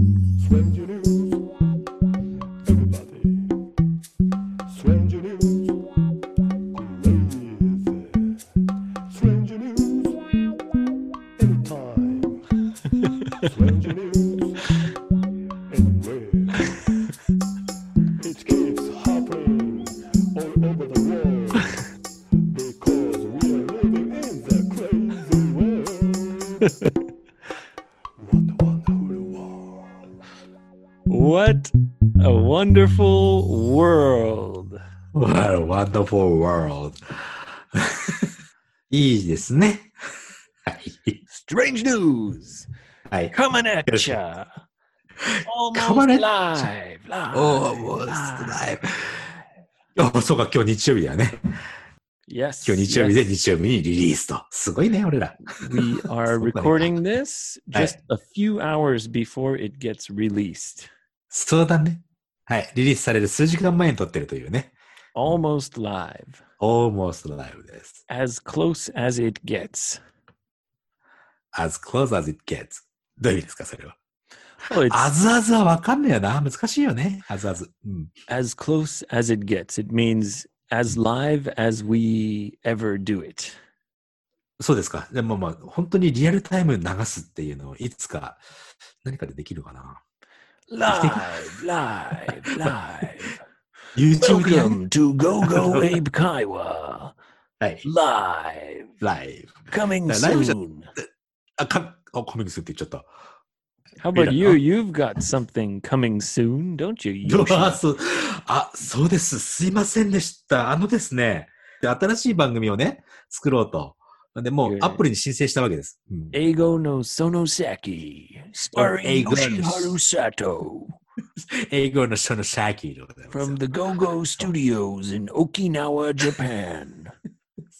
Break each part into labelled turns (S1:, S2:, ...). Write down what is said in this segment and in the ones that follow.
S1: Stranger news. Everybody. Stranger news. Crazy. Stranger news. Anytime. Stranger news. Anywhere. It keeps happening all over the world. Because we are living in the crazy world. what a wonderful world.
S2: What a wonderful world.
S3: What a wonderful world. いいですね。はい。
S2: Strange news
S3: はい。
S2: coming at
S3: Yes.
S2: ya.
S3: Coming
S2: Almost
S3: at
S2: live. live
S3: おー、もう、ライブ。おそうか、今日日曜日だね。
S2: Yes.
S3: 今日日曜日で
S2: yes.
S3: 日曜日にリリースと。すごいね、俺ら。
S2: We are
S3: Somebody-
S2: recording this
S3: Hey.
S2: just a few hours before it gets released.
S3: そうだね。はい。リリースされる数時間前に撮ってるというね。
S2: Almost live.
S3: almost live です。
S2: As close as it gets.
S3: as close as it gets. どういう意味ですか、それは。
S2: Well, it's
S3: あずあずはわかんないよな。難しいよね。あずあず。うん。
S2: as close as it gets. It means as live as we ever do it.
S3: そうですか。でもまあ、本当にリアルタイムに流すっていうのをいつか何かでできるかな。
S2: Live, live, live.
S3: YouTube でやる、
S2: to Go Abe Kaiwa
S3: はい。
S2: live
S3: ライブ。
S2: coming
S3: Yeah, live is a- あ、か、あ、コミングスって言っちゃった。
S2: How about you? You've
S3: Yeah.
S2: got something coming soon, don't you?
S3: うわ
S2: Yoshi?
S3: そうあ、そうです。すいませんでした。あのですね、で新しい番組をね、作ろうと。で、もう
S2: ええ
S3: アップルに申請したわけです。うん
S2: Ego no Sonosaki, starring
S3: Ego no-
S2: Yoshiharu Sato
S3: 英語の人のシャーキーでございますよ
S2: from the Go Go Studios in Okinawa, Japan.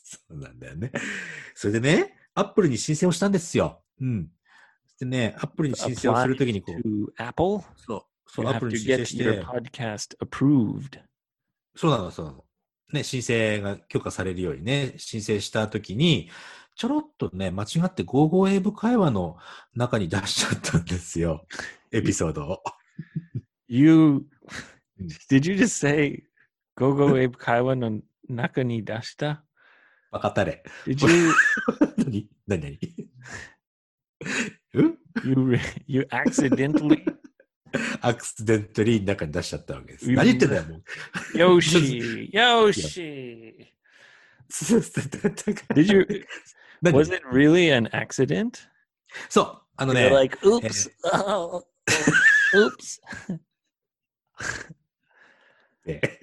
S3: そうなんだよね。それでね、アップルに申請をしたんですよ。うん。でね、アップルに申請をするときにこう、
S2: To Apple,
S3: そう、そ
S2: you
S3: う、アップ
S2: have
S3: ル
S2: to
S3: に申請
S2: get
S3: し
S2: your
S3: て、
S2: podcast approved.
S3: そうなの、そうなの。ね、申請が許可されるようにね、申請したときに、ちょろっとね、間違って55英語会話の中に出しちゃったんですよ。 エピソードを。
S2: You
S3: Mm.
S2: did you just say Go Go Abe Kaiwa no Nakani Dashta?
S3: バカタレ。
S2: Did you
S3: 何何何 うん
S2: you re- you accidentally
S3: アクシデントリーの中に出しちゃったわけです。
S2: うん
S3: 何言ってんだよ、 もう。
S2: Yoshi Yoshi? Did you
S3: 何
S2: was it really an accident?
S3: そう、あの
S2: You're
S3: ね、
S2: like oops, oh, oops.
S3: ええ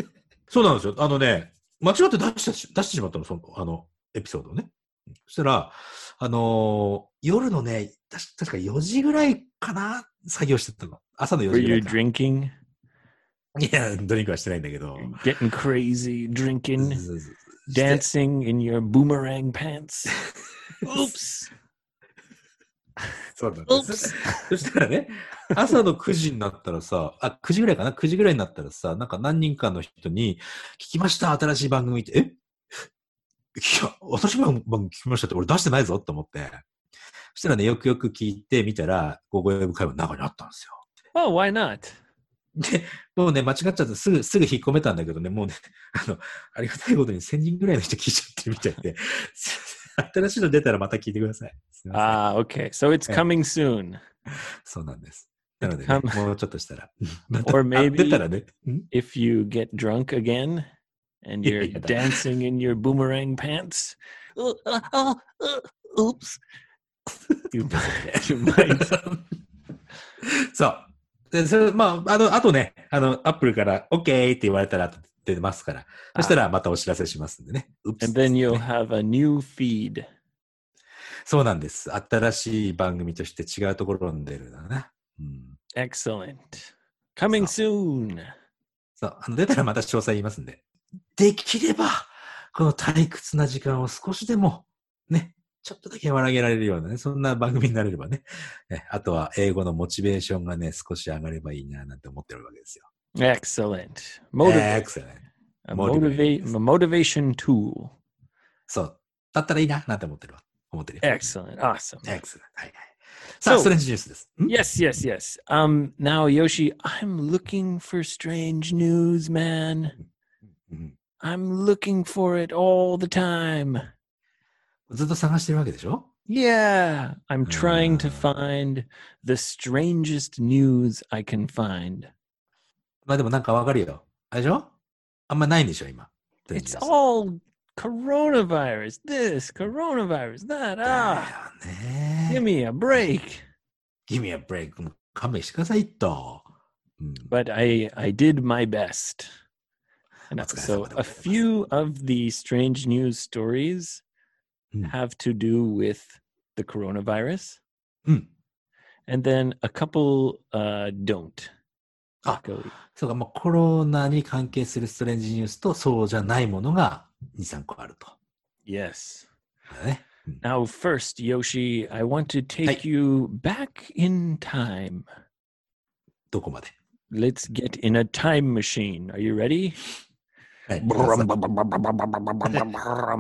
S3: そうなんですよ。あのね、間違って出したし出してしまったの、その、あの、エピソードをね。そしたら、あのー夜のね、たし確か4時ぐらいかな、作業してたの。朝の4
S2: Were
S3: 時ぐら
S2: you
S3: いか。
S2: drinking?
S3: いや、ドリンクはしてないんだけど。
S2: Getting crazy,
S3: そう
S2: drinking,
S3: そうそうして
S2: dancing in your boomerang pants. Oops.
S3: そうなんです。
S2: Oops.
S3: そしたらね、朝の9時になったらさ、あ、9時ぐらいかな ?9 時ぐらいになったらさ、なんか何人かの人に、聞きました、新しい番組って、えいや、新しい番組聞きましたって、俺出してないぞって思って。そしたらね、よくよく聞いてみたら、ゴーゴーエブ会話の中にあったんですよ。
S2: Oh, why not?
S3: で、もうね、間違っちゃって、すぐ、すぐ引っ込めたんだけどね、もうね、あの、ありがたいことに1000人ぐらいの人聞いちゃってるみたいで、すいません新しいの出たらまた聞いてください。すいません
S2: Ah, okay. So it's
S3: Yeah.
S2: coming soon.
S3: そうなんです。なので、
S2: か
S3: ね
S2: ん、
S3: もうちょっとしたら。また
S2: Or
S3: あ
S2: maybe
S3: 出たらね。ん
S2: if you get drunk again and you're
S3: Yeah, that-
S2: dancing in your boomerang pants. Uh, uh, uh, uh, oops. You might, you might
S3: そう。で、それ、まあ、あの、あとね、あの、アップルから OK って言われたら出ますから。そしたらまたお知らせしますんでね。うっす
S2: and then you'll have a new feed.
S3: そうなんです。新しい番組として違うところに出るんだな。うん。
S2: Excellent. Coming soon.
S3: そう。あの、出たらまた詳細言いますんで。できれば、この退屈な時間を少しでも、ね、ちょっとだけ和らげられるようなね、そんな番組になれればね。ねあとは、英語のモチベーションがね、少し上がればいいな、なんて思ってるわけですよ。
S2: Excellent. Motivate.
S3: クセルね。
S2: A motivate a
S3: motivate.
S2: motivation tool.
S3: そう。だったらいいな、なんて思ってるわ。思ってるよ。
S2: Excellent. Awesome.
S3: エクセル。はいはい。さあ、
S2: So-
S3: ストレンジニュースです。ん
S2: Yes, yes, yes. Um, now Yoshi, I'm looking for strange news, man.
S3: うん、
S2: I'm looking for it all the time.
S3: ずっと探してるわけでしょ
S2: Yeah, I'm trying to
S3: Ah.
S2: find the strangest news I can find.
S3: まあでもなんかわかるよ。あれでしょあんまないんでしょ、今。ストレンジ
S2: It's
S3: ニュース
S2: all coronavirus, this, coronavirus, that.
S3: だ
S2: Ah,
S3: よね。
S2: give me a break.
S3: Give me a break. もう勘弁してくださいと。うん、
S2: But I, I did my best. And
S3: That's kinda
S2: so a
S3: something to worry about.
S2: few of the strange news stories
S3: Mm.
S2: have to do with the coronavirus,
S3: うん。
S2: and then a couple uh, don't.
S3: Ah.
S2: luckily.
S3: そうか、まあ、コロナに関係するストレンジニュースとそうじゃないものが2、3個あると。
S2: Yes.
S3: だね。
S2: Now, first, Yoshi, I want to take
S3: Hey.
S2: you back in time.
S3: どこまで。
S2: Let's get in a time machine. Are you ready?
S3: はい。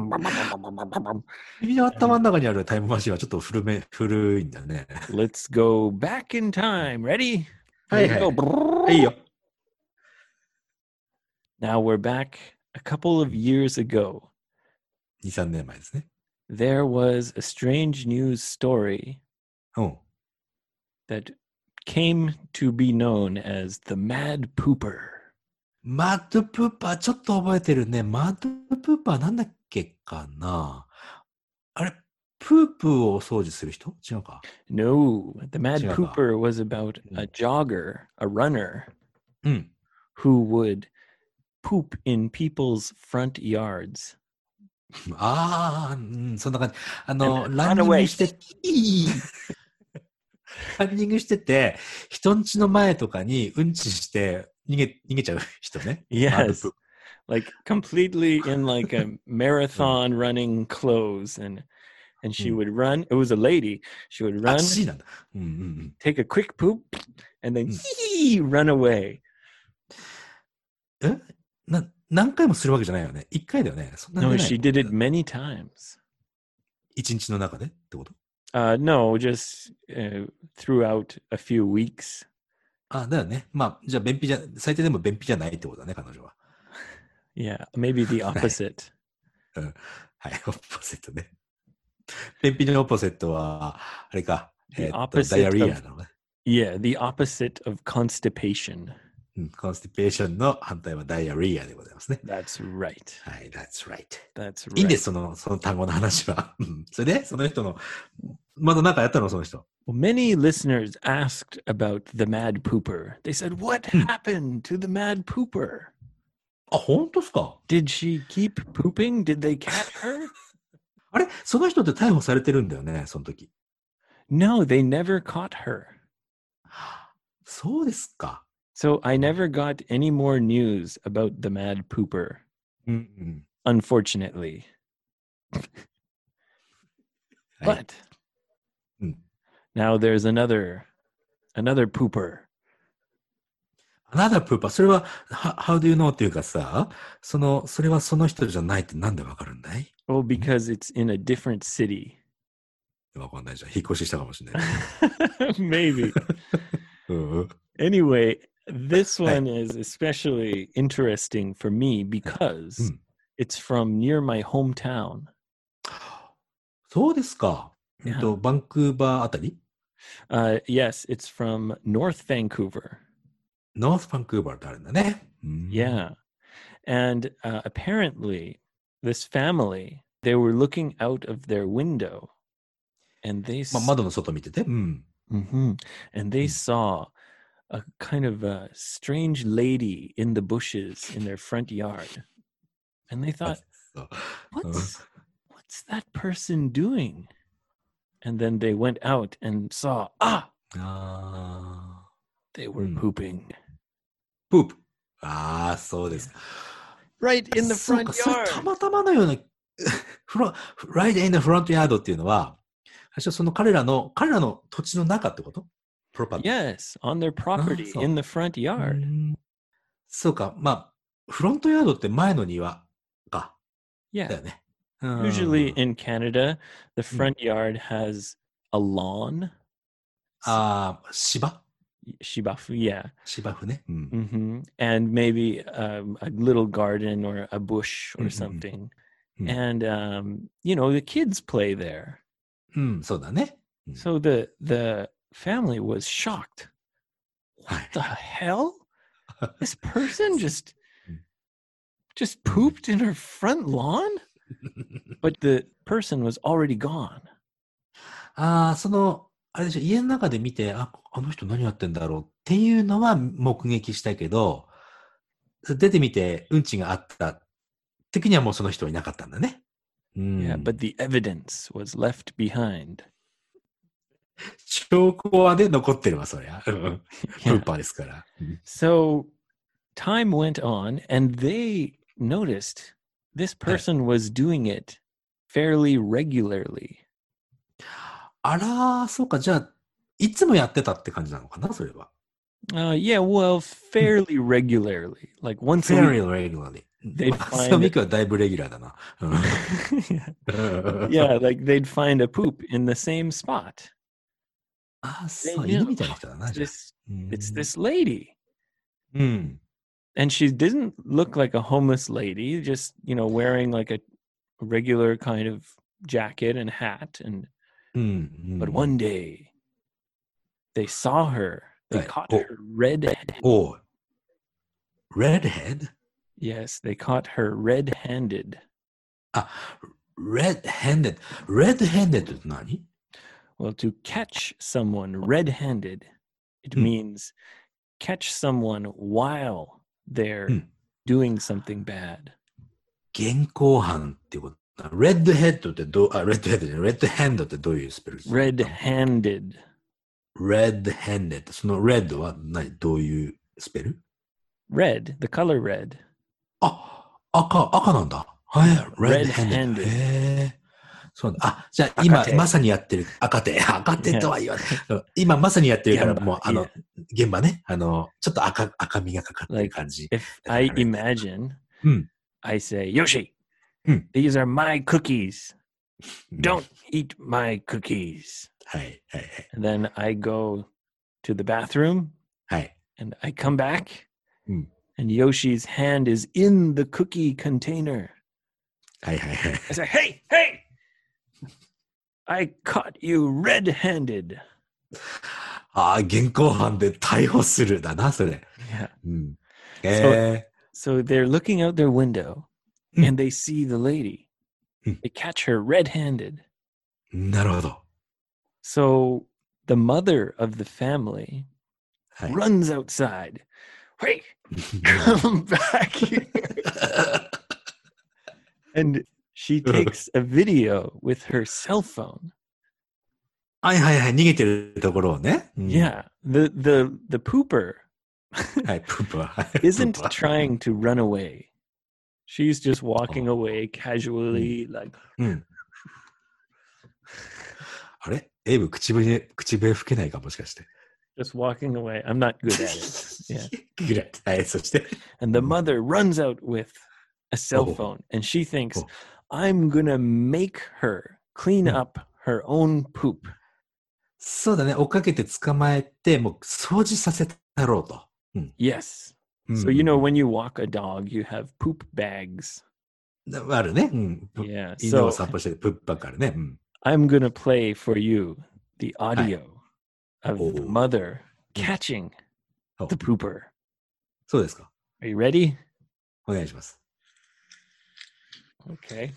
S4: Let's
S3: 君の頭の中にあるタイムマシンはちょっと古め、古いんだね。
S2: Let's go back in time. Ready?
S3: はいはい
S2: Here we go.
S3: いいよ。
S2: Now we're back a couple of years ago.
S3: 2、3年前ですね。
S2: There was a strange news story
S3: うん。
S2: that came to be known as the Mad Pooper.
S3: マッドプーパー、ちょっと覚えてるね。マッドプーパーなんだっけかなあれ、プープーをお掃除する人違うか
S2: No, the Mad
S3: Java.
S2: Pooper was about a
S3: Mm.
S2: jogger, a runner, Hmm.
S3: うん。
S2: who would poop in people's front yards.
S3: ああ、うん、そんな感じ。あの、
S2: And
S3: ランニン
S2: runaway.
S3: グして、いいランニングしてて、人んちの前とかにうんちして逃げ、逃げちゃう人ね。マッ
S2: Yes.
S3: ドプ
S2: Like completely in like a marathon running clothes and and she
S3: Mm.
S2: would run. It was a lady. She would
S3: ーパ
S2: run,
S3: ー。あ、C なんだ。うんうんうん。
S2: take a quick poop, and then hee, run away.
S3: えな、何回もするわけじゃないよね。一回だよね。そんなに
S2: No,
S3: ない
S2: she did it many times.
S3: 一日の中でってこと
S2: Uh, no, just uh, throughout a few weeks.
S3: あ、だよね。まあ、じゃあ、便秘じゃ、最低でも便秘じゃないってことだね、彼女は。
S2: Yeah, maybe the opposite.
S3: はい、 オポセットね。便秘のオポセットは、あれか、
S2: The
S3: えーっと
S2: opposite
S3: ダイアリアなのね。
S2: Yeah, the opposite of constipation.
S3: うん、コンスティペーションの反対はダイアリアでございますね。
S2: That's right.
S3: はい、that's right.
S2: That's right.
S3: いいんです、その、その単語の話は。うんそれで、その人の、まだ何かやったの、その人。
S2: Well, many listeners asked about the mad pooper. They said, "What happened to the mad pooper?
S3: あ、本当っすか
S2: Did she keep pooping? Did they catch her?"
S3: あれその人って逮捕されてるんだよね、その時。
S2: no, they never caught her.
S3: そうですか。
S2: So I never got any more news about the mad pooper,
S3: うん、うん。
S2: unfortunately.
S3: Hey.
S2: But
S3: Mm.
S2: now there's another another pooper.
S3: アナダプーパー、それは、は How do you know っていうかさ、その、それはその人じゃないってなんでわかるんだい
S2: Well, because it's in a different city.
S3: わかんないじゃん。引っ越ししたかもしれない。
S2: Maybe.
S3: うんうん。
S2: Anyway, this one is especially interesting for me because
S3: Mm.
S2: it's from near my hometown.
S3: そうですか。
S2: い
S3: え
S2: や
S3: っと、バンクーバーあたり
S2: Uh, yes, it's from North Vancouver.
S3: ノースバンクーバーってあるんだね。うん。
S2: Yeah. And uh, apparently, this family, they were looking out of their window and they, s-
S3: まあ、窓の外見てて。うん。
S2: Mhm. and they
S3: Mm.
S2: saw a kind of a strange lady in the bushes in their front yard. And they thought,
S3: そう
S2: what's what's that person doing and then they went out and saw ah
S3: あ
S2: they were
S3: Hmm.
S2: pooping
S3: ープープ。ああ、そうですか。
S2: right in the
S3: そう
S2: front
S3: かそれ
S2: yard
S3: たまたまのような、 フロ、ライデイのフロントヤードっていうのは、最初その彼らの、彼らの土地の中ってことプロパティ。
S2: yes on their property
S3: so-
S2: in the front
S3: う
S2: yard
S3: んそうか、まあ、フロントヤードって前の庭か。だ
S2: yeah
S3: よね。うん Oh.
S2: usually in canada the front yard has a lawn
S3: ああ、芝
S2: Shiba Fu, yeah.
S3: 芝生ね。うん。
S2: hmm And maybe um, a little garden or a bush or
S3: Mhm.
S2: something.
S3: Mm.
S2: And, um, you know, the kids play there.
S3: うん、そうだね。うん
S2: So the, the family was shocked. What the hell? This person just
S3: Mm.
S2: just pooped in her front lawn? But the person was already gone.
S3: ああ、その、あれでしょ、家の中で見て、あ、あの人何やってんだろうっていうのは目撃したけど、出てみて、うんちがあった時にはもうその人はいなかったんだね。うん。
S2: Yeah, but the evidence was left behind.
S3: 証拠はね、残ってるわ、そりゃ。うん。プ
S2: Yeah.
S3: ーパーですから。うん
S2: So time went on, and they noticed this person was doing it fairly regularly.
S3: あらー、そうか、じゃあ、いつもやってたって感じなのかな、それは。
S2: Uh, yeah, well, fairly regularly, like once a
S3: very
S2: week.
S3: regularly.
S2: They
S3: マス
S2: find-
S3: ミクはだいぶレギュラーだな。うん
S2: yeah, like they'd find a poop in the same spot.
S3: あ、そう、
S2: They knew.
S3: 犬みたいな人だな、じゃあ
S2: This
S3: うん
S2: it's this lady,
S3: うん。
S2: and she didn't look like a homeless lady. Just you know, wearing like a regular kind of jacket and hat, and
S3: うん。
S2: But one day, they saw her. They
S3: Right.
S2: caught
S3: Oh.
S2: her red.
S3: おう。redhead?
S2: Yes, they caught her red-handed.
S3: あ、red-handed。red-handed って何
S2: Well, to catch someone red-handed, it
S3: Hmm.
S2: means catch someone while they're
S3: Hmm.
S2: doing something bad.
S3: 現行犯ってことだ。redhead ってどう、あ、redhead じゃない red-hand ってどういうスペル
S2: Red-handed.
S3: red-handed。その red は何どういうスペル
S2: Red, the color red.
S3: あ、赤、赤なんだ。はい、
S2: Red-handed
S3: red-handed。へえ。そうなんだ。あ、じゃあ今
S2: 赤手
S3: まさにやってる。赤手、 赤手とは言わ ない。うん今まさにやってるから、
S2: 現場
S3: もうあの
S2: yeah.、
S3: 現場ね。あの、ちょっと赤、赤みがかかってる
S2: Like-
S3: 感じ。
S2: If
S3: The
S2: I
S3: color red.
S2: imagine,
S3: Hmm.
S2: I say, Yoshi,
S3: Hmm.
S2: these are my cookies.
S3: うん
S2: Don't eat my cookies.
S3: はい、はい、はい。
S2: And then I go to the bathroom
S3: はい。
S2: and I come back,
S3: Mm.
S2: and Yoshi's hand is in the cookie container.
S3: はい、はい、はい。
S2: I say, Hey, hey, I caught you red handed.
S3: ああ、現行犯で逮捕するだな、それ。
S2: Yeah.
S3: うん。え
S2: So they're looking out their window
S3: Mm.
S2: and they see the lady.
S3: Mm.
S2: They catch her red handed.
S3: えなるほど。
S2: So the mother of the family
S3: はい。
S2: runs outside. Hey, come back here. and she takes a video with her cell phone.
S3: はい、はい、はい。逃げてるところをね。うん
S2: Yeah, the the the pooper
S3: はい、プーパーはい。
S2: isn't
S3: プーパー
S2: trying to run away. She's just walking
S3: Oh.
S2: away casually,
S3: Mm.
S2: like
S3: あれエイブ、口笛、口笛吹けないかもしかして。
S2: just walking away. I'm not good at it.
S3: ぐらい。はい、そして。
S2: And the mother runs out with a cell
S3: Mm. Oh.
S2: phone, and she thinks,
S3: Oh.
S2: "I'm gonna make her clean
S3: Hmm.
S2: up her own poop."
S3: そうだね、追っかけて捕まえて、もう掃除させたろうと。
S2: Yes.
S3: うん
S2: So you know when you walk a dog, you have poop bags.
S3: あるね。うん。
S2: Yeah.
S3: 犬
S2: So
S3: を散歩してるプッパからね。うん。
S2: I'm going to play for you the audio of the
S3: Oh.
S2: mother catching
S3: Oh.
S2: the pooper.
S3: そうですか。
S2: Are you ready?
S3: お願いします。
S2: Okay.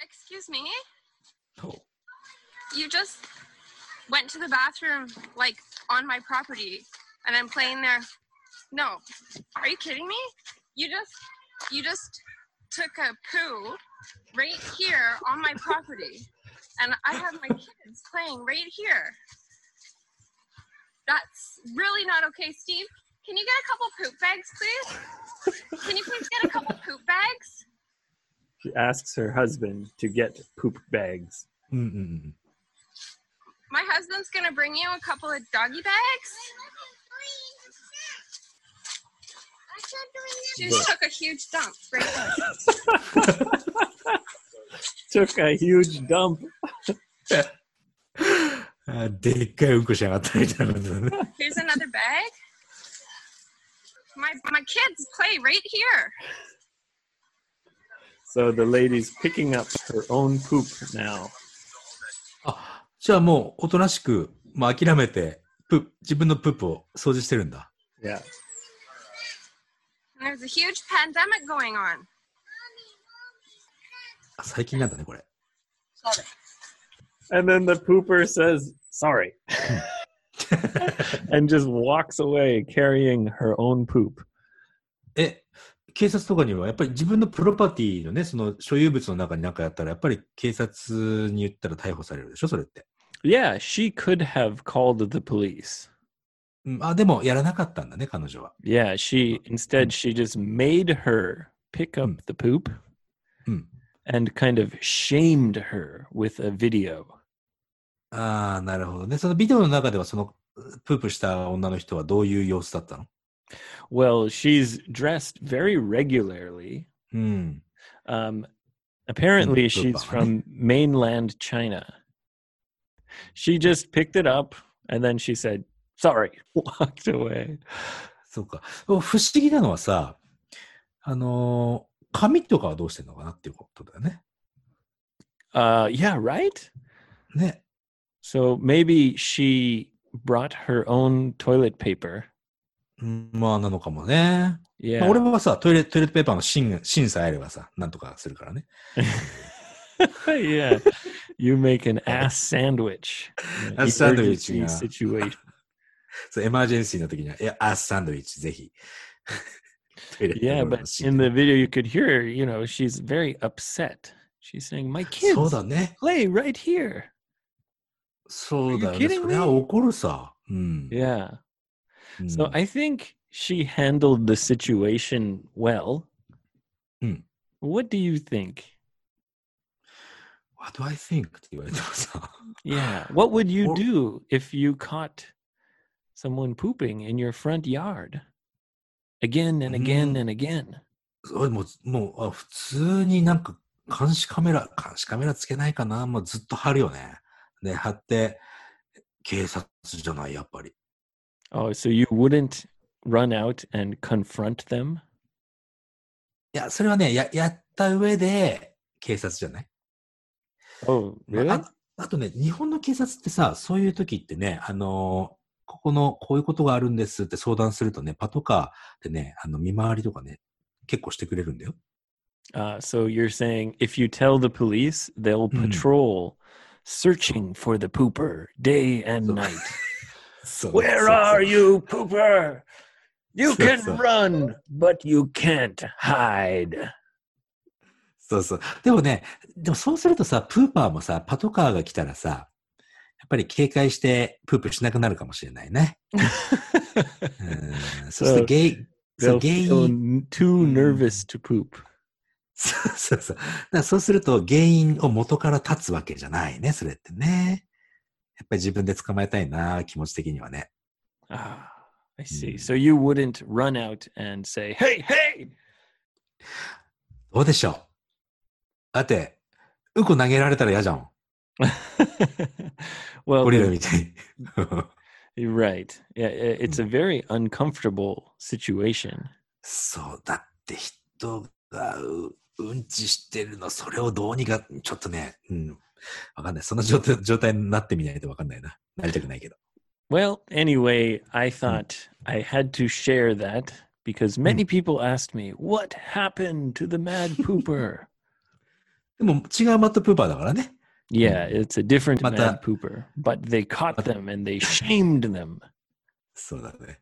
S5: Excuse me?
S3: Oh.
S5: You just went to the bathroom, like, on my property, and I'm playing there. No. Are you kidding me? You just, you just took a poo right here on my property, and I have my kids playing right here. That's really not okay, Steve. Can you get a couple poop bags, please? Can you please get a couple poop bags?
S2: She asks her husband to get poop bags.
S3: うんうんうん。
S5: My husband's gonna bring you a couple of doggy bags. She just took a huge dump right there.
S2: Took a huge dump.
S3: あでっかいうんこしやがったみたいな感じだね。
S5: Here's another bag. My my kids play right here.
S2: So the lady's picking up her own poop now.
S3: あ、じゃあもうおとなしく、まあ諦めて、プープ自分のプープを掃除してるんだ。
S2: Yeah.
S5: And there's a huge pandemic going on.
S3: あ最近なんだね、これ。
S2: And then the pooper says, sorry. and just walks away carrying her own poop.
S3: え、警察とかにはやっぱり自分のプロパティのね、その所有物の中に何かやったら、やっぱり警察に言ったら逮捕されるでしょ、それって。
S2: Yeah, she could have called the police.
S3: うん、あ、でもやらなかったんだね、彼女は。
S2: Yeah, she instead she just made her pick up
S3: Mm.
S2: the poop
S3: Mm.
S2: and kind of shamed her with a video.
S3: ああ、なるほどね。そのビデオの中では、そのプープした女の人はどういう様子だったの
S2: Well, she's dressed very regularly.
S3: うん。
S2: Um, apparently,
S3: Mm,
S2: she's
S3: goodbye.
S2: from mainland China. She just picked it up and then she said, sorry, walked away.
S3: そうか。不思議なのはさ、あのー髪とかはどうしてんのかなっていうことだよね。
S2: Uh, yeah, right?
S3: ね。
S2: So maybe she brought her own toilet paper.
S3: うんまあ、なのかもね。
S2: Yeah.
S3: まあ、俺はさ、トイレ、トイレットペーパーの芯、芯さえあればさ、なんとかするからね。
S2: yeah. You make an ass sandwich. in an
S3: Ass sandwich,
S2: emergency
S3: yeah.
S2: Situation.
S3: そう、エマージェンシーの時には、いや、アースサンドイッチ、ぜひ。 トイレットペー
S2: Yeah,
S3: パーの
S2: but
S3: 芯
S2: in the video, you could hear, you know, she's very upset. She's saying, My
S3: そう
S2: kids
S3: だね。
S2: play right here.
S3: そうだ
S2: Are
S3: よ
S2: you
S3: ね。
S2: kidding
S3: それは
S2: me?
S3: 怒るさ。うん。
S2: Yeah.
S3: うん
S2: So I think she handled the situation well.
S3: Hmm.
S2: What do you think?
S3: What do I think? って言われてもさ。
S2: Yeah. What would you
S3: Or-
S2: do if you caught someone pooping in your front yard again and again
S3: Mm.
S2: and again?
S3: それもう、もう、あ普通になんか監視カメラ、監視カメラつけないかなもうずっと貼るよね。で、貼って、警察じゃない、やっぱり。
S2: Oh, so you wouldn't run out and confront them?
S3: いや、それはね、や、やった上で、警察じゃない。
S2: Oh,
S3: まあ
S2: really?
S3: ああとね、日本の警察ってさ、そういう時ってね、あのーここの、こういうことがあるんですって相談するとね、パトカーでね、あの、見回りとかね、結構してくれるんだよ。
S2: Uh, so you're saying if you tell the police, they'll
S3: Mm.
S2: patrol searching for the pooper day and
S3: So-
S2: night.
S3: そう
S2: Where are you, pooper? You
S3: So-
S2: can
S3: so-
S2: run, but you can't hide.
S3: そうそう。でもね、でもそうするとさ、プーパーもさ、パトカーが来たらさ、やっぱり警戒してプープしなくなるかもしれないね。うん、そうするとゲイ、そう、
S2: They'll
S3: ゲイ
S2: feel n- too
S3: Mm.
S2: nervous to poop.
S3: そうそうそう。だからそうすると原因を元から立つわけじゃないね、それってね。やっぱり自分で捕まえたいな、気持ち的にはね。
S2: Ah, I see.
S3: Mm.
S2: So you wouldn't run out and say, "Hey, hey!"
S3: どうでしょうだって、うんこ投げられたら嫌じゃん。
S2: well,
S3: ゴリラ
S2: the-
S3: みたいに。
S2: you're right. Yeah, i- it's a very uncomfortable situation.
S3: そう、だって人がううんちしてるの、それをどうにか、ちょっとね、うん、わかんない。その状態状態になってみないとわかんないな。なりたくないけど。
S2: Well, anyway, I thought I had to share that because many people asked me, "What happened to the mad pooper?"
S3: でも違うマットプーパーだからね。
S2: Yeah, it's a different
S3: But
S2: mad pooper. But they caught
S3: but-
S2: them and they shamed them.
S3: そうだね。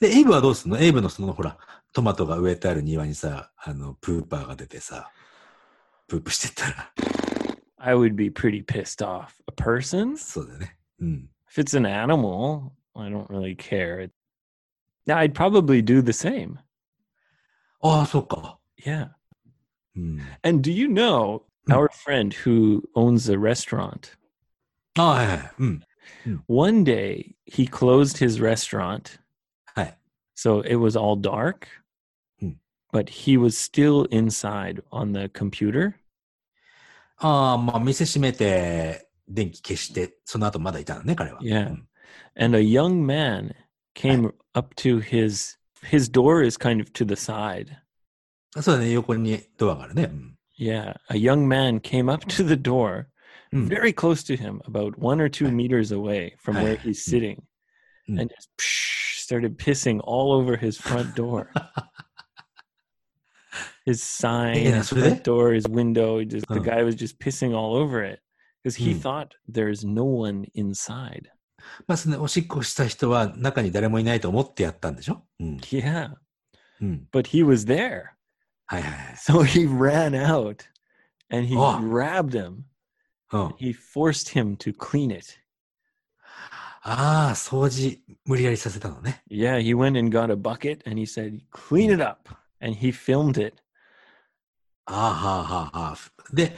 S3: で、エイブはどうすんのエイブのそのほら、トマトが植えてある庭にさ、あの、プーパーが出てさ、プープしてったら、
S2: I would be pretty pissed off. A person?
S3: そうだよね。うん。
S2: If it's an animal, I don't really care. Now, I'd probably do the same.
S3: ああ、そうか。
S2: Yeah.
S3: うん。
S2: And do you know
S3: Hmm.
S2: our friend who owns a restaurant?
S3: ああ、はいはい。うん。
S2: One day he closed his restaurant.
S3: Hi.
S2: So it was all dark,
S3: Hmm.
S2: but he was still inside on the computer.
S3: ああ、まあ、店閉めて、電気消して、その後まだいたのね、彼は。
S2: Yeah.
S3: うん
S2: and a young man came up to his his door is kind of to the side
S3: そうだね、横にドアがあるね。うん。
S2: yeah a young man came up to the door
S3: Mm.
S2: very close to him about one or two meters away from where
S3: Ah.
S2: he's sitting
S3: Mm.
S2: and just psh, started pissing all over his front door his sign
S3: Yeah,
S2: his
S3: so
S2: front
S3: they-
S2: door his window he just the
S3: Huh.
S2: guy was just pissing all over it because he
S3: Mm.
S2: thought there's no one inside
S3: まあ、そのおしっこした人は中に誰もいないと思ってやったんでしょうん。
S2: yeah
S3: うん。
S2: but he was there
S3: はいはいはい。
S2: So he ran out and he
S3: Oh.
S2: grabbed him.
S3: うん。
S2: He forced him to clean it.
S3: ああ、掃除、無理やりさせたのね。
S2: Yeah, he went and got a bucket and he said, clean it up. And he filmed it.
S3: ああ、はあ、はあ、はあ。で、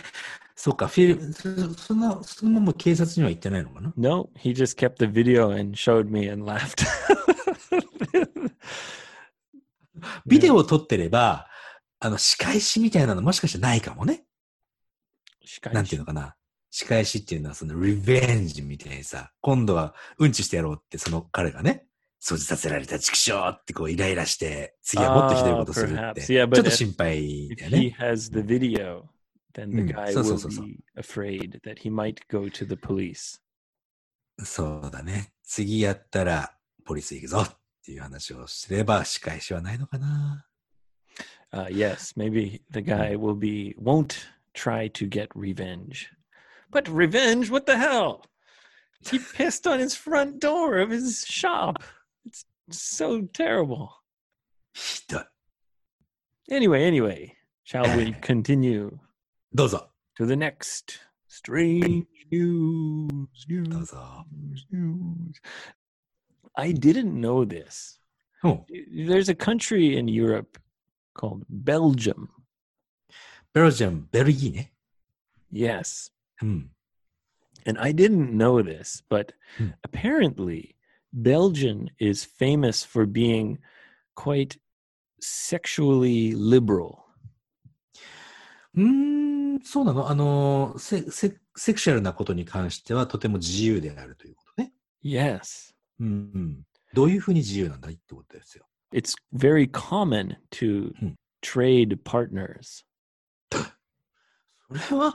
S3: そうか、フィルム、そその、そのまま警察には行ってないのかな
S2: No, he just kept the video and showed me and laughed.
S3: ビデオを撮ってれば、あの、仕返しみたいなのもしかしてないかもね。なんていうのかな。仕返しっていうのは、その、リベンジみたいにさ、今度は、うんちしてやろうって、その彼がね、掃除させられた畜生ってこう、イライラして、次はもっとひどいことするっ
S2: Ah,
S3: て、
S2: perhaps.
S3: ちょ
S2: Yeah,
S3: っ
S2: but
S3: と心配
S2: If
S3: だよ
S2: he
S3: ね。
S2: has the video, then the
S3: Mm,
S2: guy
S3: so, so,
S2: will
S3: so, so.
S2: be afraid that he might go to the police.
S3: そうだね。次やったら、ポリス行くぞっていう話をすれば、仕返しはないのかな。
S2: Uh, yes, maybe the guy will be won't try to get revenge. But revenge, what the hell? He pissed on his front door of his shop. It's so terrible.
S3: ひどい。
S2: Anyway, anyway, shall we continue
S3: どうぞ。
S2: to the next strange news?
S3: どう
S2: news,
S3: ぞ。
S2: news. I didn't know this.
S3: うん。
S2: There's a country in Europe called Belgium.
S3: ベルジアム、ベルギーね。
S2: Yes,
S3: うん。
S2: and I didn't know this, but
S3: Hmm.
S2: apparently Belgium is famous for being quite sexually liberal.
S3: うーん、そうなのあのセ、セセクシャルなことに関してはとても自由であるということね。
S2: Yes.
S3: うん、うん。どういうふうに自由なんだいってことですよ。
S2: It's very common to
S3: Hmm.
S2: trade partners.
S3: それは、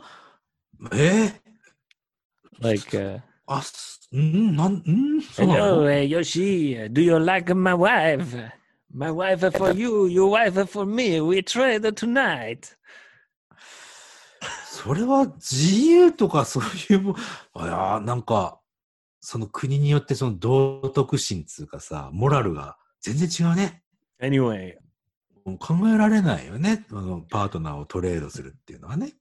S3: ええ
S2: Like, uh,
S3: あ、すうん、なん、うん、そうなの
S2: uh, Yoshi, uh, do you like my wife? My wife for you, your wife for me. We trade tonight.
S3: それは自由とかそういうもん、あいやーなんか、その国によってその道徳心つうかさ、モラルが全然違うね。
S2: Anyway,
S3: もう考えられないよね。あのパートナーをトレードするっていうのはね。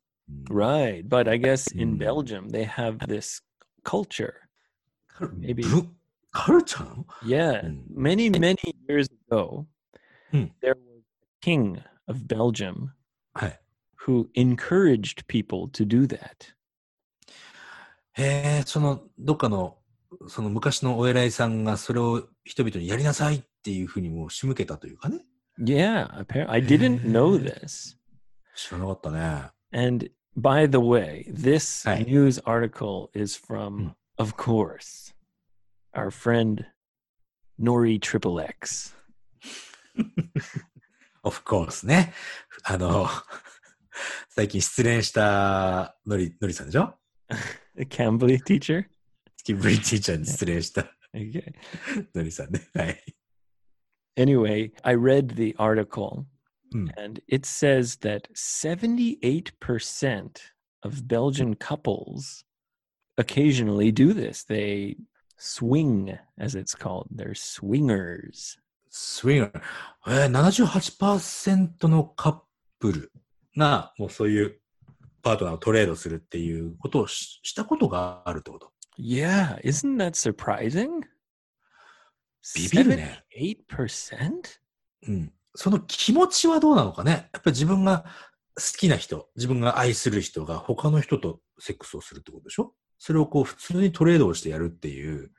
S3: うん
S2: right. But I guess in
S3: Hmm.
S2: Belgium, they have this culture
S3: カル
S2: Maybe.
S3: ぶカルチャーなの
S2: Yeah,
S3: Mm.
S2: many many years ago,
S3: Hmm.
S2: there was a king of Belgium
S3: はい。
S2: who encouraged people to do that.
S3: へえ、その、どっかの、その昔のお偉いさんがそれを人々にやりなさいっていうふうにもう仕向けたというかね。
S2: Yeah, apparently I didn't know
S3: Eh.
S2: this.
S3: 知らなかったね。
S2: And by the way, this
S3: Hi.
S2: news article is from,
S3: Hmm.
S2: of course, our friend Nori Triple X.
S3: of course ね。あの、最近失恋したのり、のりさんでしょ
S2: A Cambly teacher.
S3: スキップリティーちゃんに失恋した
S2: Okay.
S3: のりさんね。はい。
S2: Anyway, I read the article
S3: Mm.
S2: and it says that 78% of Belgian couples occasionally do this. They swing, as it's called. They're swingers.
S3: スウィンガー。えー、78%のカップルが、もうそういうパートナーをトレードするっていうことをししたことがあるってこと。
S2: Yeah, isn't that surprising?
S3: ビビるね。
S2: 78%?
S3: うん。その気持ちはどうなのかね。やっぱり自分が好きな人、自分が愛する人が他の人とセックスをするってことでしょそれをこう普通にトレードをしてやるっていう。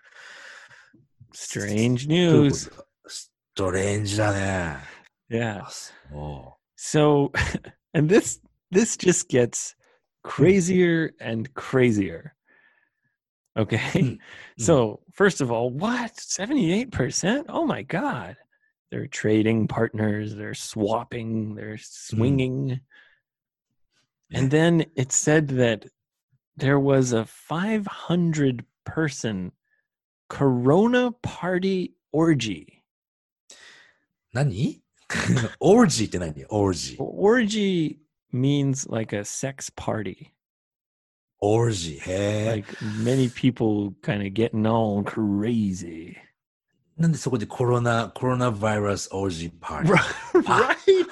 S2: Strange
S3: どういうこ
S2: news.
S3: とだストレンジだね。
S2: Yeah.
S3: あ、そ
S2: So, and this this just gets crazier and crazier. Okay.
S3: Mm.
S2: So, first of all, what? 78%? Oh my God. They're trading partners, they're swapping, they're swinging. And then it said that there was a 500 person Corona party orgy.
S3: 何 オージーって何オージー。
S2: Orgy means like a sex party.
S3: オージー。へえ。
S2: Like many people kind of getting all crazy.
S3: なんでそこでコロナ、コロナバイラスオージーパーティー。
S2: right?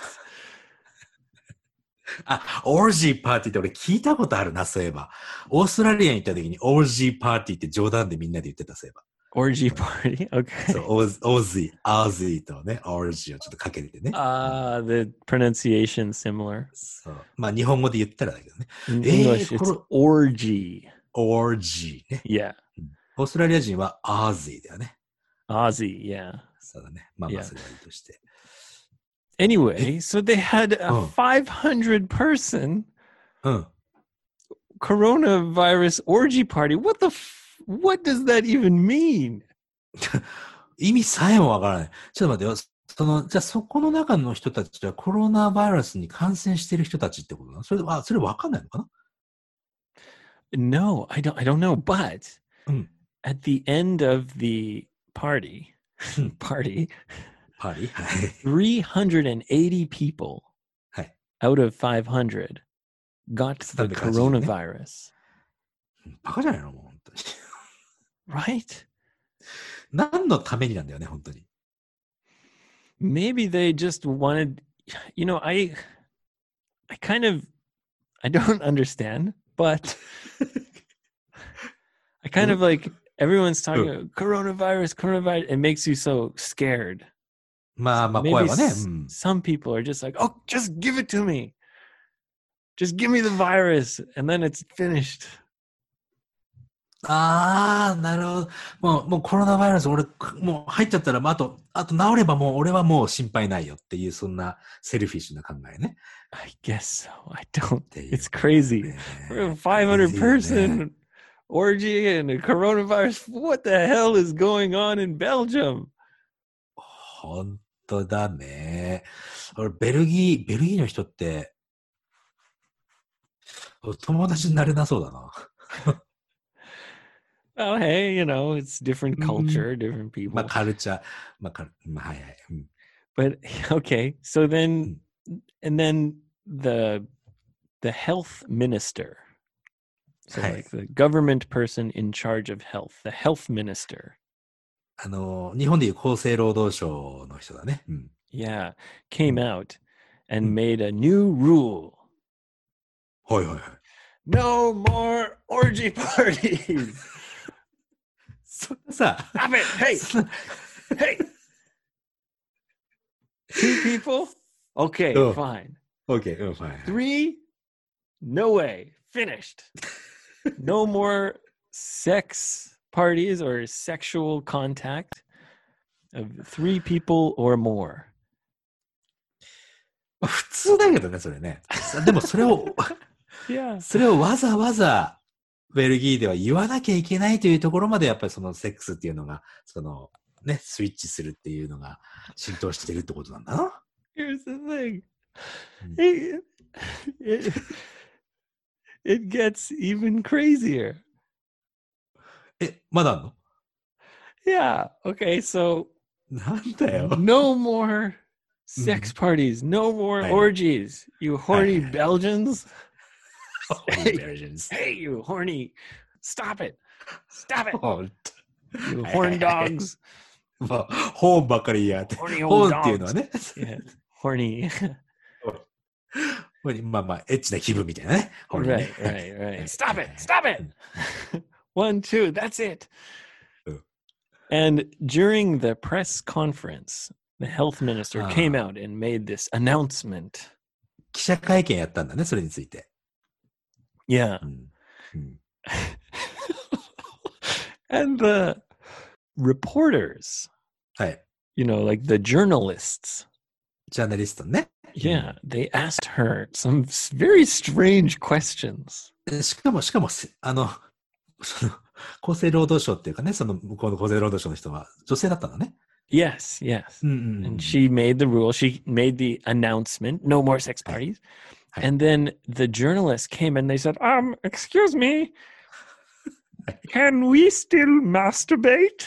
S3: あ、オージーパーティーって俺聞いたことあるな、そういえば。オーストラリアに行った時にオージーパーティーって冗談でみんなで言ってた、そういえば。
S2: Orgy party. Okay.
S3: そう、オーオージー、アージーとね、オージーをちょっとかけててね。
S2: Ah, the pronunciation similar.
S3: そう。まあ日本語で言ったらだけどね。
S2: In
S3: Eh,
S2: English, it's
S3: cor-
S2: orgy.
S3: オージーね。
S2: Yeah,
S3: オーストラリア人はアージーだよね。
S2: Aussie. Yeah.
S3: そうだね。まあま
S2: Yeah.
S3: あそれはいいとして。
S2: Anyway, so they had a
S3: Oh.
S2: 500 person
S3: うん。
S2: coronavirus orgy party. What the? F- what does that even mean?
S3: 意味さえもわからない。ちょっと待ってよ。その、じゃあそこの中の人たちはコロナバイラスに感染してる人たちってことなのそれ、あ、それわかんないのかな
S2: No, I don't. I don't know. But
S3: Mm.
S2: at the end of the party, Hmm.
S3: Mm.
S2: party,
S3: パリはい。
S2: 380 people
S3: Hey.
S2: out of 500 got the
S3: not because you-
S2: coronavirus,
S3: バカじゃないのもう本当に。
S2: right?
S3: 何のためになんだよね、本当に。
S2: Maybe they just wanted, you know, I, I kind of, I don't understand, but I kind of like everyone's talking about coronavirus, coronavirus. It makes you so scared.
S3: まあまあ
S2: Maybe
S3: 怖いわね。
S2: s-
S3: うん。
S2: Some people are just like, oh, just give it to me. Just give me the virus, and then it's finished.
S3: ああ、なるほど。もう、もうコロナバイラス、俺、くもう入っちゃったら、まあ、あと、あと治ればもう俺はもう心配ないよっていう、そんなセルフィッシュな考えね。
S2: I guess so. I don't.
S3: っていう
S2: It's crazy.
S3: ね
S2: 500
S3: ね
S2: person orgy and a coronavirus. What the hell is going on in Belgium?
S3: 本当だね。俺、ベルギー、ベルギーの人って、友達になれなそうだな。
S2: Oh, hey, you know, it's different
S3: Mhm.
S2: culture, different
S3: ま
S2: people.
S3: あ、カルチャー、まあ、カルまあ、はいはい。うん、
S2: But okay, so then,
S3: Mm.
S2: and then the the health minister, so
S3: Hey.
S2: like the government person in charge of health, the health minister,
S3: あの、日本でいう厚生労働省の人だね。うん、
S2: yeah, came out
S3: Mm.
S2: and made a new rule.
S3: はいはいはい。
S2: No more orgy parties.
S3: そんな さ、
S2: Stop it. Hey,
S3: そんな
S2: hey. Two people? Okay,
S3: Oh.
S2: fine.
S3: OK、うん、はいはい。
S2: Three? No way. Finished. no more sex parties or sexual contact of three people or more.
S3: まあ普通だけどね、それね。でもそれを、
S2: Yeah.
S3: それをわざわざ、ベルギーでは言わなきゃいけないというところまで、やっぱりそのセックスっていうのが、その、ね、スイッチするっていうのが浸透してるってことなんだな。
S2: Here's the thing.
S3: Mm.
S2: It, it, it gets even crazier.
S3: え、まだあんの
S2: Yeah. Okay. So
S3: なんだよ。
S2: no more sex parties, no more
S3: I know.
S2: orgies. You horny
S3: know.
S2: Belgians.
S3: ベルジンス
S2: Hey, you horny. Stop it. Stop it.
S3: ほんと
S2: You
S3: I-
S2: horn
S3: I-
S2: dogs.
S3: もうホーンばっかり言いやがって。
S2: Horny
S3: ホ
S2: old
S3: ーンっていうのは
S2: dogs.
S3: ね、
S2: Yeah. Horny.
S3: ホーンに まあまあ、エッチな気分みたいなね。ホーンにね
S2: right, right, right. Stop it. Stop it. One, two. That's it.
S3: Oh.
S2: And during the press conference, the health minister came
S3: Ah.
S2: out and made this announcement.
S3: 記者会見やったんだね、それについて。
S2: Yeah.
S3: うんうん、
S2: and the reporters,
S3: はい。
S2: you know, like the journalists,
S3: ジャーナリストね。
S2: yeah, they asked her some s- very strange questions.
S3: えしかも、しかもせ、あの、その、厚生労働省っていうかね、その向こうの厚生労働省の人は女性だったのね。
S2: Yes, yes.
S3: うん
S2: And she made the rule. She made the announcement: no more sex
S3: Right.
S2: parties.
S3: Right.
S2: And then the journalists came and they said, "Um, excuse me, can we still masturbate?"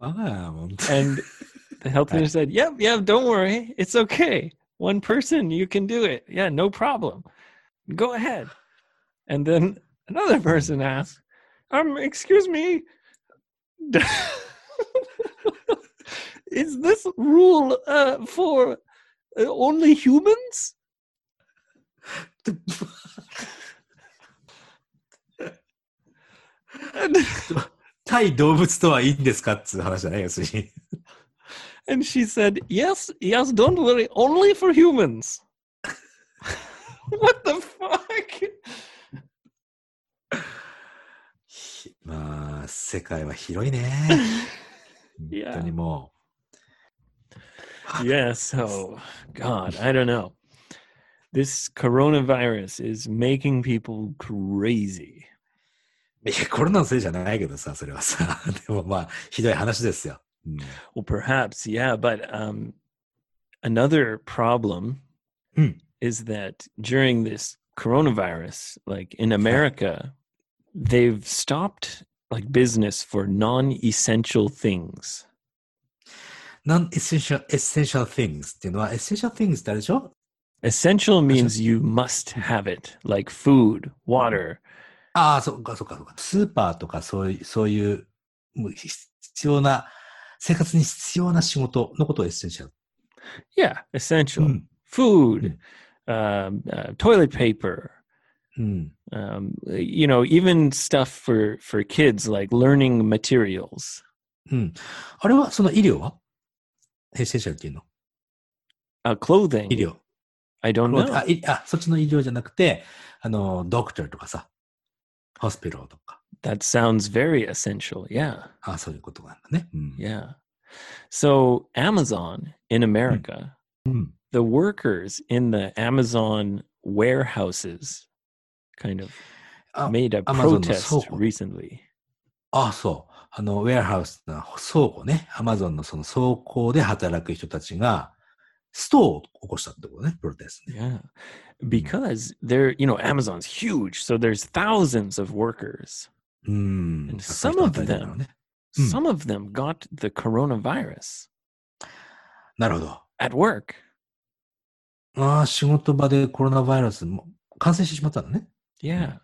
S3: ああ、もう。
S2: And the health
S3: Right.
S2: minister said, "Yep, yep. Don't worry. It's okay. One person, you can do it. Yeah, no problem. Go ahead." And then another person asked, "Um, excuse me, is this rule uh, for uh, only humans?"
S3: ちょ
S2: And,
S3: 対動物とはいいんですかっつう話だね、要するに。
S2: and she said, "Yes, yes. Don't worry. Only for humans." what the fuck?
S3: まあ、世界は広いね。
S2: いや
S3: 本当にも
S2: yeah, so God, I don't know. This coronavirus is making people crazy.
S3: う。いや、コロナのせいじゃないけどさ、それはさ。 でもまあ、ひどい話ですよ。うん
S2: Well, perhaps, yeah, but um, another problem
S3: Hmm.
S2: is that during this coronavirus, like in America, they've stopped like business for non-essential things.
S3: Non-essential essential things っていうのは、essential things ってあれでしょ
S2: Essential means you must have it, like food, water,
S3: ああ、そっかそっかそっか。スーパーとかそういう、そういう、もう必要な、生活に必要な仕事のことをエッセンシャル。
S2: yeah, essential
S3: うん。
S2: food, um, uh, toilet paper,
S3: うん。
S2: um, you know, even stuff for for kids like learning materials.
S3: うん。あれは、その医療はエッセンシャルっていうの
S2: Uh, clothing.
S3: 医療。
S2: I don't
S3: あ
S2: know.
S3: いあ、そっちの医療じゃなくて、あの、ドクターとかさ、ホスピローとか。
S2: That sounds very essential. Yeah,
S3: あそういうことなんだね。うん。
S2: yeah. So Amazon in
S3: Hmm.
S2: America,
S3: うん。
S2: the workers in the Amazon warehouses kind of
S3: Ah,
S2: made a
S3: Amazon の
S2: protest
S3: 倉庫。
S2: recently.
S3: あそう。あの、ウェアハウスの倉庫ね。アマゾンのその倉庫で働く人たちが、ストを起こしたってことね、プロテスト
S2: Yeah.
S3: ね。hmm.
S2: Because they're, you know, Amazon's huge, so there's thousands of workers.
S3: うーん
S2: And。some of
S3: だろうね。Hmm.
S2: some of them got the coronavirus
S3: なるほど。
S2: at work.
S3: ああ、仕事場でコロナバイラスも感染してしまったのね。
S2: Yeah.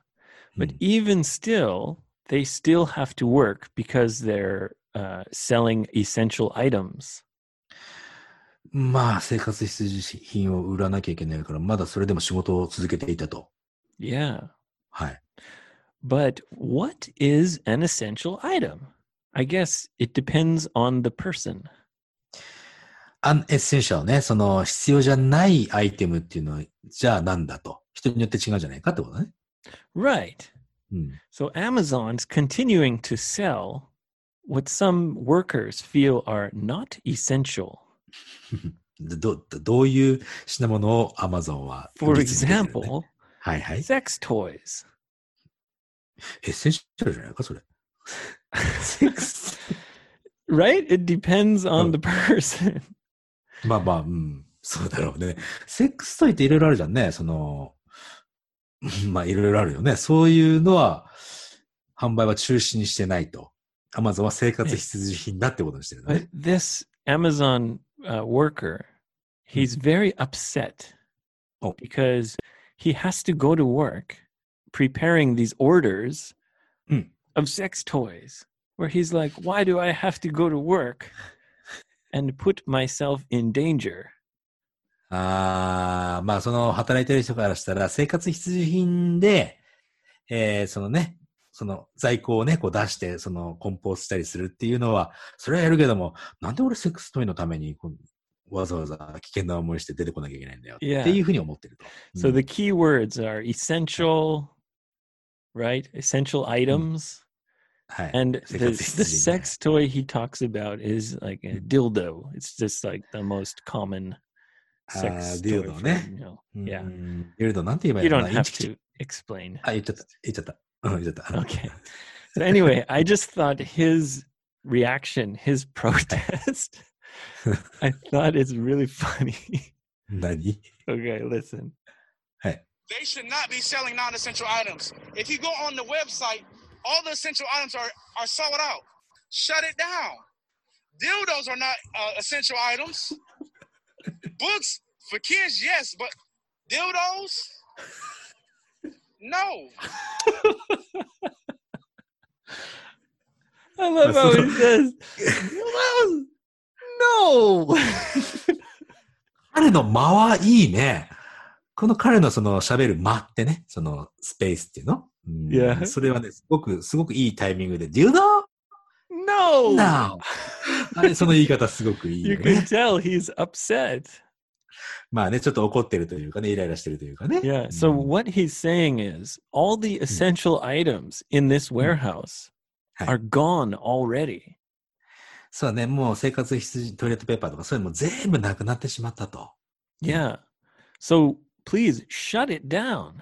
S2: But
S3: うん
S2: even still, they still have to work because they're uh, selling essential items.
S3: まあ、生活必需品を売らなきゃいけないから、まだそれでも仕事を続けていたと。
S2: Yeah.
S3: はい。
S2: But what is an essential item? I guess it depends on the person.
S3: アンエッセンシャルね、その必要じゃないアイテムっていうのは、じゃあなんだと。人によって違うんじゃないかってことだね。
S2: Right.
S3: うん。
S2: So Amazon's continuing to sell what some workers feel are not essential.
S3: でどどどういう品物をアマゾンは
S2: For
S3: 売り続けてるのね
S2: example,
S3: はいはい。
S2: sex toys.
S3: エッセンシャルじゃないか、それ。 セックス。
S2: right? It depends on
S3: Oh.
S2: the person.
S3: まあまあ、うん。そうだろうね。セックスといっていろいろあるじゃんね。その、まあいろいろあるよね。そういうのは、販売は中止にしてないと。アマゾンは生活必需品だってことにしてるの
S2: But
S3: ね。
S2: this Amazon uh, worker, he's very upset
S3: Oh.
S2: because he has to go to work preparing these orders
S3: Mm.
S2: of sex toys. Where he's like, why do I have to go to work and put myself in danger?
S3: ああ、まあその働いてる人からしたら生活必需品で、えー、そのね、その在庫をね、こう出して、その梱包したりするっていうのは、それはやるけども、なんで俺セックストイのためにこうわざわざ危険な思いして出てこなきゃいけないんだよって
S2: Yeah.
S3: いうふうに思ってると。
S2: So
S3: うん
S2: the key words are essential, right? Essential items.
S3: はい。
S2: And the, the
S3: Sex toy.
S2: sex toy he talks about is like a dildo. It's just like the most common
S3: あ
S2: sex
S3: ー
S2: toy.
S3: デュード
S2: for,
S3: ね。
S2: you know.
S3: うん
S2: Yeah.
S3: デュードなんて言えばい
S2: You
S3: いの
S2: don't
S3: かなイン
S2: have
S3: チキ
S2: to. Explain.
S3: あ、言っちゃった。言っちゃった。うん、言っちゃ った。
S2: Okay. So anyway, I just thought his reaction, his protest, I thought it's really funny.
S3: 何
S2: okay, listen.
S6: They should not be selling non-essential items. If you go on the website, all the essential items are, are sold out. Shut it down. Dildos are not uh, essential items. Books for kids, yes, but dildos? No.
S2: I love how he says, "No."
S3: 彼の間はいいね。この彼のその喋る間ってね、そのスペースっていうの、うん
S2: いや
S3: それはね、すごく、すごくいいタイミングで、Do you know?
S2: No.
S3: Now! あれ、その言い方すごくいい
S2: You
S3: よ
S2: can
S3: ね。
S2: tell he's upset.
S3: まあね、ちょっと怒ってるというかね、イライラしてるというかね。
S2: Yeah. So
S3: うん
S2: what he's saying is all the essential items in this warehouse
S3: Hi.
S2: are gone already.
S3: そうだね、もう生活必需、トイレットペーパーとか、そういうのも全部なくなってしまったと。
S2: Yeah. So please shut it down.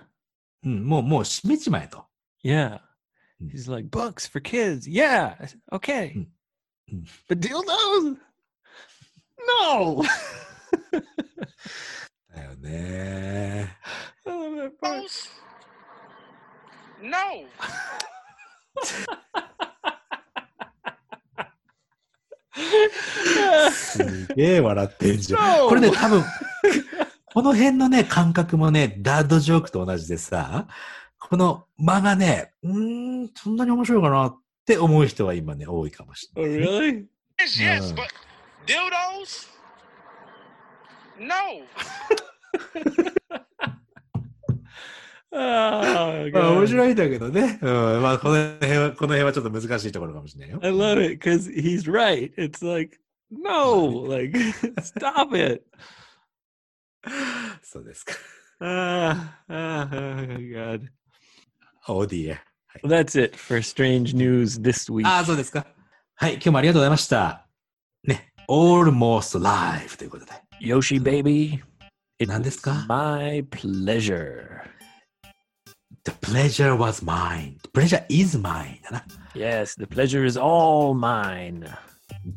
S3: うん、もう、もう閉めちまえと。
S2: Yeah.
S3: Mm.
S2: He's like books for kids. Yeah. Okay.
S3: Mm. Mm.
S2: But dildos? No.
S3: だよね。
S2: I love that part.
S6: Dildos? No.
S2: Yeah.
S3: すげえ笑ってんじゃ
S2: No.
S3: ん。これね、多分、この辺のね、感覚もね、ダッドジョークと同じでさ、この間がね、うーん、そんなに面白いかなって思う人は今ね、多いかもしれ
S2: Oh
S3: ない。
S2: really?
S6: Yes, yes,
S3: Uh.
S6: but dildos? No.
S2: Oh,
S3: まあ、面
S2: God.
S3: 白いんだけどね。うん。まあ、この辺は、この辺はちょっと難しいところかもしれないよ。
S2: I love it because he's right. It's like, no, like, stop it.
S3: そうですか。
S2: Ah, ah, oh, God.
S3: オーディエ。
S2: Well, that's it for strange news this week.
S3: ああ、そうですか。はい、今日もありがとうございました。ね、almost live ということで。
S2: Yoshi baby, it
S3: 何ですか
S2: was my pleasure.
S3: The pleasure was mine. The pleasure is mine. だな。
S2: Yes, the pleasure is all mine.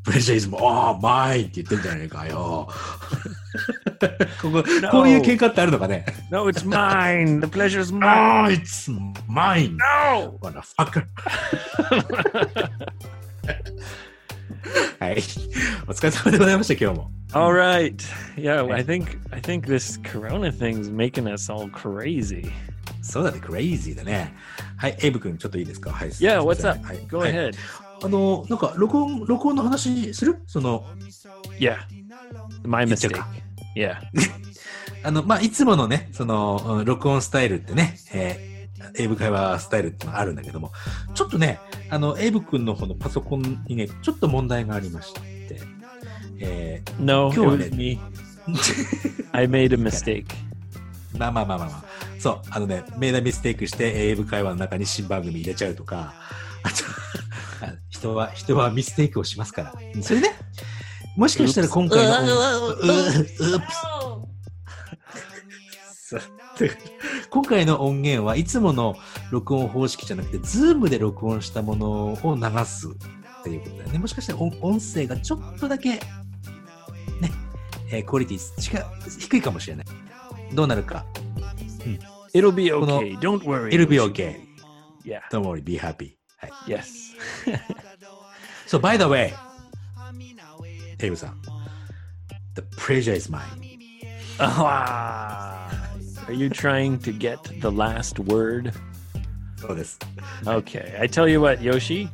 S3: pleasure is all mine って言ってんじゃねえかよ。 ここ、こういう喧嘩ってあるのかね
S2: No, it's mine. The pleasure is mine.
S3: ?No, it's mine!
S2: No.
S3: What the fuck? はい。お疲れ様でございました、今日も。
S2: All right. Yeah, I think I think this corona thing's making us all crazy.
S3: そうだね、クレイジーだね。はい、エイブ君、ちょっといいですかはい。
S2: Yeah, what's
S3: すい
S2: up?
S3: ませんはい
S2: Go
S3: はい
S2: ahead.
S3: あの、なんか、録音、録音の話するその、
S2: Yeah. My
S3: 言っちゃう
S2: mistake.
S3: か
S2: Yeah.
S3: あの、まあ、いつものね、その、うん録音スタイルってね、えー、英語会話スタイルってのがあるんだけども、ちょっとね、あの、エイブ君の方のパソコンにね、ちょっと問題がありまして、え
S2: No, it
S3: Go on
S2: was
S3: then.
S2: me.
S3: ー
S2: I made a mistake.
S3: まあまあまあまあまあ、そう、あのね、メイダーミステイクして、英語会話の中に新番組入れちゃうとか、あと、あ人は、人はミステイクをしますから。それで、ね、もしかしたら今回の音、うううそうだから今回の音源はいつもの録音方式じゃなくて、Zoom で録音したものを流すっていうことだよね。もしかしたら音音声がちょっとだけ、ね、えークオリティ違う低いかもしれない。どうなるか。
S2: It'll be
S3: no.
S2: okay. Don't worry.
S3: It'll be okay.
S2: Yeah.
S3: Don't worry, be happy. はい。
S2: Yes.
S3: So, by the way, エイブさん、The pressure is mine.
S2: Ah. Are you trying to get the last word?
S3: そうです。
S2: Okay. I tell you what, Yoshi,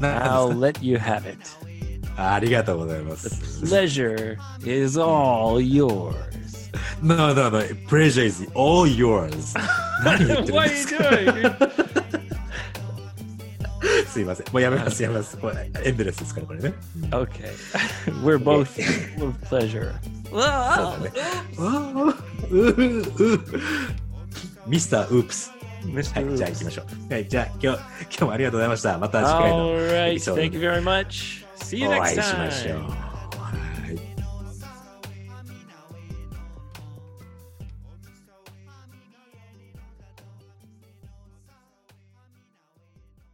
S3: な
S2: I'll let you have it.
S3: ありがとうございま
S2: The
S3: す。
S2: pleasure is all yours.
S3: No, no, no. Pressure is all yours. 何言ってるん
S2: what
S3: で
S2: are you
S3: す
S2: doing? You're-
S3: かすいません。もうやめます、やめます。これエンドレスですから、これね。
S2: Okay. We're both full of pleasure.
S3: わあうううミスター・ウープス。
S2: Mr.
S3: はい、じゃあ
S2: Oops.
S3: 行きましょう。はい、じゃあ今日、今日もありがとうございました。また次回の
S2: All right.
S3: episode
S2: Thank you very much. See you
S3: お会
S2: next
S3: いしましょ
S2: time.
S3: う。